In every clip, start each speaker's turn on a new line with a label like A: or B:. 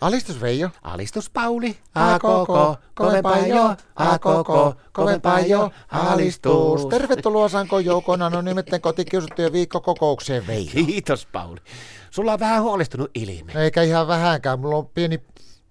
A: Alistus Veijo.
B: Alistus Pauli,
A: A koko, kovempaa jo, a koko, kovempaa jo, alistus. Tervetuloa Sanko Joukon anonymitten kotikiusattujen viikkokokoukseen Veijo.
B: Kiitos Pauli. Sulla on vähän huolestunut ilme.
A: No Eikä ihan vähänkään, mulla on pieni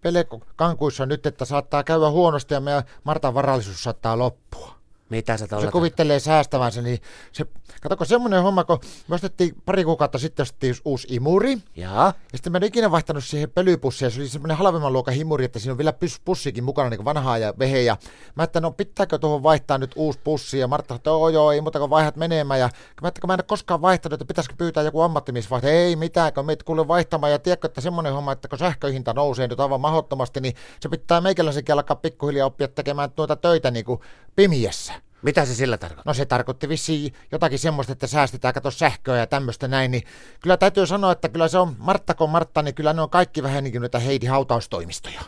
A: pele kankuissa nyt, että saattaa käydä huonosti ja meidän Martan varallisuus saattaa loppua.
B: Mitä sä
A: Se
B: tuolla...
A: kuvittelee säästävänsä, niin se, katsokaa semmoinen homma, kun me ostettiin pari kuukautta sitten ostettiin uusi imuri,
B: Jaa,
A: Ja sitten mä en ikinä vaihtanut siihen pölypussiin, se oli semmoinen halvemman luokan himuri, että siinä on vielä pys- pussikin mukana, niin kuin vanhaa ja vehe. Ja mä että no pitääkö tuohon vaihtaa nyt uusi pussi, ja Martta sanoi, että joo, joo, ei muuta kuin vaihdat menemään. Ja mä että kun mä en ole koskaan vaihtanut, että pitäisikö pyytää joku ammattimies vaihtaa. Ei mitään, kun meitä kuule vaihtamaan, ja tiedätkö, että semmoinen homma, että kun sähköhinta nousee nyt aivan mahdottomasti, niin se pitää meikäläisenkin alkaa pikkuhiljaa oppia tekemään tuota töitä niin kuin pimiässä.
B: mitä se sillä tarkoittaa?
A: No se tarkoitti vissiin jotakin semmoista, että säästetään kato sähköä ja tämmöistä näin, niin kyllä täytyy sanoa, että kyllä se on Martta kun Martta, niin kyllä ne on kaikki vähän niin kuin noita Heidi Hautaustoimistoja.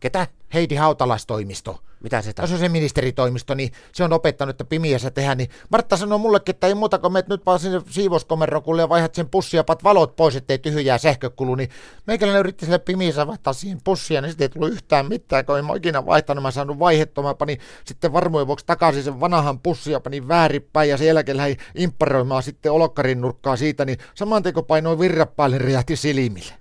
B: Ketä?
A: Heidi Hautalastoimisto.
B: Mitä
A: No
B: se
A: se
B: tarkoittaa?
A: on se ministeritoimisto, niin se on opettanut, että pimiässä tehdään, niin Martta sanoi mullekin, että ei muuta kuin meet nyt vaan sinne siivouskomeroon, kun ja vaihdat sen pussia, pat valot pois, ettei tyhjää sähkökulu, niin meikäläinen yritti sille pimiässä vaihtaa siihen pussia, niin sitten ei tullut yhtään mitään, kun en mä ikinä vaihtanut, mä en saanut vaihettomaa, panin sitten varmuuden vuoksi takaisin sen vanahan pussia, panin väärinpäin ja sen jälkeen lähdin imparoimaan sitten olokkarin nurkkaa siitä, niin saman teko painoi virra päälle, räjähti silmille.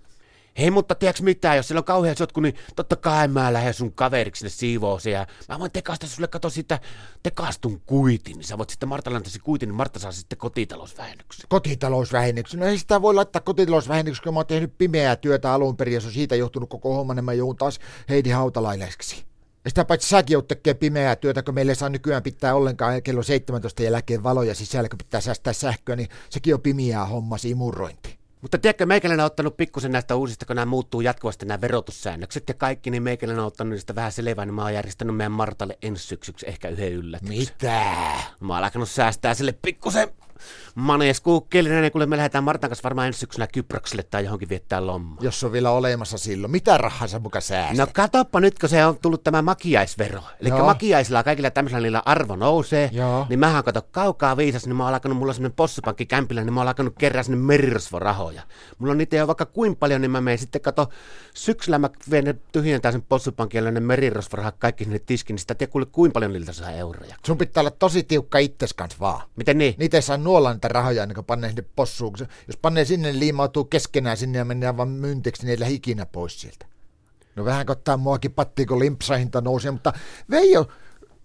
B: Hei, mutta tiedätkö mitä, jos siellä on kauhean sotku, niin totta kai mä lähden sun kaveriksi sinne siivoosi ja mä voin tekasta sulle, kato sitä tekastun kuitin, niin sä voit sitten Martalle antaa se kuitin, niin Martta saa sitten kotitalousvähennyksen.
A: kotitalousvähennyksen. No ei sitä voi laittaa kotitalousvähennyksen, kun mä oon tehnyt pimeää työtä alun perin, ja se on siitä johtunut koko homma, niin mä joudun taas Heidi Hautalaileksi. Ja sitä paitsi säkin joudut tekemään pimeää työtä, kun meillä ei saa nykyään pitää ollenkaan kello 17 jälkeen valoja sisällä, kun pitää säästää sähköä, niin sekin on pimeää homma, se imurointi.
B: Mutta tiedätkö, meikäläinen on ottanut pikkusen näistä uusista, kun nämä muuttuu jatkuvasti nämä verotussäännökset ja kaikki, niin meikäläinen on ottanut niistä vähän selvää, niin mä oon järjestänyt meidän Martalle ensi syksyksi ehkä yhden yllätyksen.
A: Mitä?
B: Mä oon alkanut säästää sille pikkusen maneskuukkelina, niin kun me lähdetään Martan kanssa varmaan ensi syksynä Kyprokselle tai johonkin viettää lomaa.
A: Jos on vielä olemassa silloin, mitä rahaa sä muka säästät?
B: No katoppa nyt, kun se on tullut tämä makiaisvero. Eli
A: Joo.
B: makiaisilla kaikilla tämmöisillä niillä arvo nousee.
A: Joo.
B: Niin mä oon kato kaukaa viisas, niin mä oon alkanut, mulla on semmoinen possupankki kämpillä, niin mä oon alkanut kerää sinne merirosvorahoja. Mulla on niitä jo vaikka kuin paljon, niin mä menen sitten kato syksyllä mä vien ne tyhjentää sen possupankin ja ne merirosvorahat kaikki sinne tiskiin, niin sitä tiedä kuule kuin paljon niiltä saa euroja.
A: Sun pitää olla tosi tiukka itses kanssa vaan.
B: Miten niin?
A: Niitä ei saa nuolla niitä rahoja ennen kuin panee sinne possuun. kun se- Jos panee sinne, niin liimautuu keskenään sinne ja mennään vaan myyntiksi, niin ei lähde ikinä pois sieltä. No vähän kottaa muakin pattiin, kun limpsahinta nousee, mutta Veijo,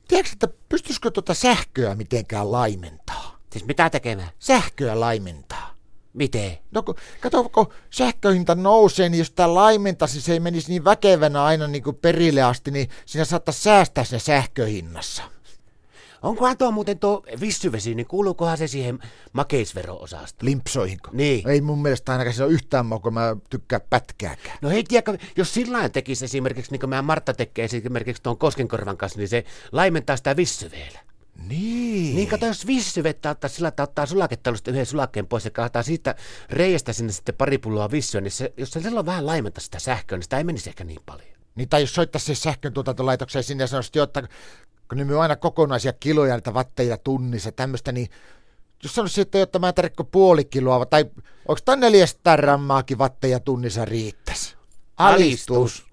A: tiedätkö, että pystyisikö tuota sähköä mitenkään laimentaa?
B: Siis mitä tekemään?
A: Sähköä laimentaa.
B: Miten?
A: No kun, kato, kun sähköhinta nousee, niin jos tämä laimentaisi, se ei menisi niin väkevänä aina niin kuin perille asti, niin siinä saattaa säästää siinä sähköhinnassa.
B: Onkohan tuo muuten tuo vissyvesi, niin kuuluukohan se siihen makeisvero-osastoon?
A: Limpsoihinko?
B: Niin.
A: Ei mun mielestä ainakaan se ole yhtään mua, kun mä tykkään pätkääkään.
B: No hei, tiedätkö, jos sillä lailla tekisi esimerkiksi, niin kuin meidän Martta tekee esimerkiksi tuon Koskenkorvan kanssa, niin se laimentaa sitä vissyveellä.
A: Niin.
B: Niin kato, jos vissyvettä ottaa sillä, että ottaa sulakettalusta yhden sulakkeen pois ja kaataa siitä reiästä sinne sitten pari pulloa vissyä, niin se, jos se silloin vähän laimentaa sitä sähköä, niin sitä ei menisi ehkä niin paljon.
A: niin tai jos soittaisi siis sähköntuotantolaitokseen sinne ja sanoisi, jo, että kun ne myy aina kokonaisia kiloja niitä watteja tunnissa tämmöistä, niin jos sanoisi, että jotta mä tarvitsen puoli kiloa, vai- tai onko tämä 400 rammaakin watteja tunnissa riittäisi?
B: Alistus.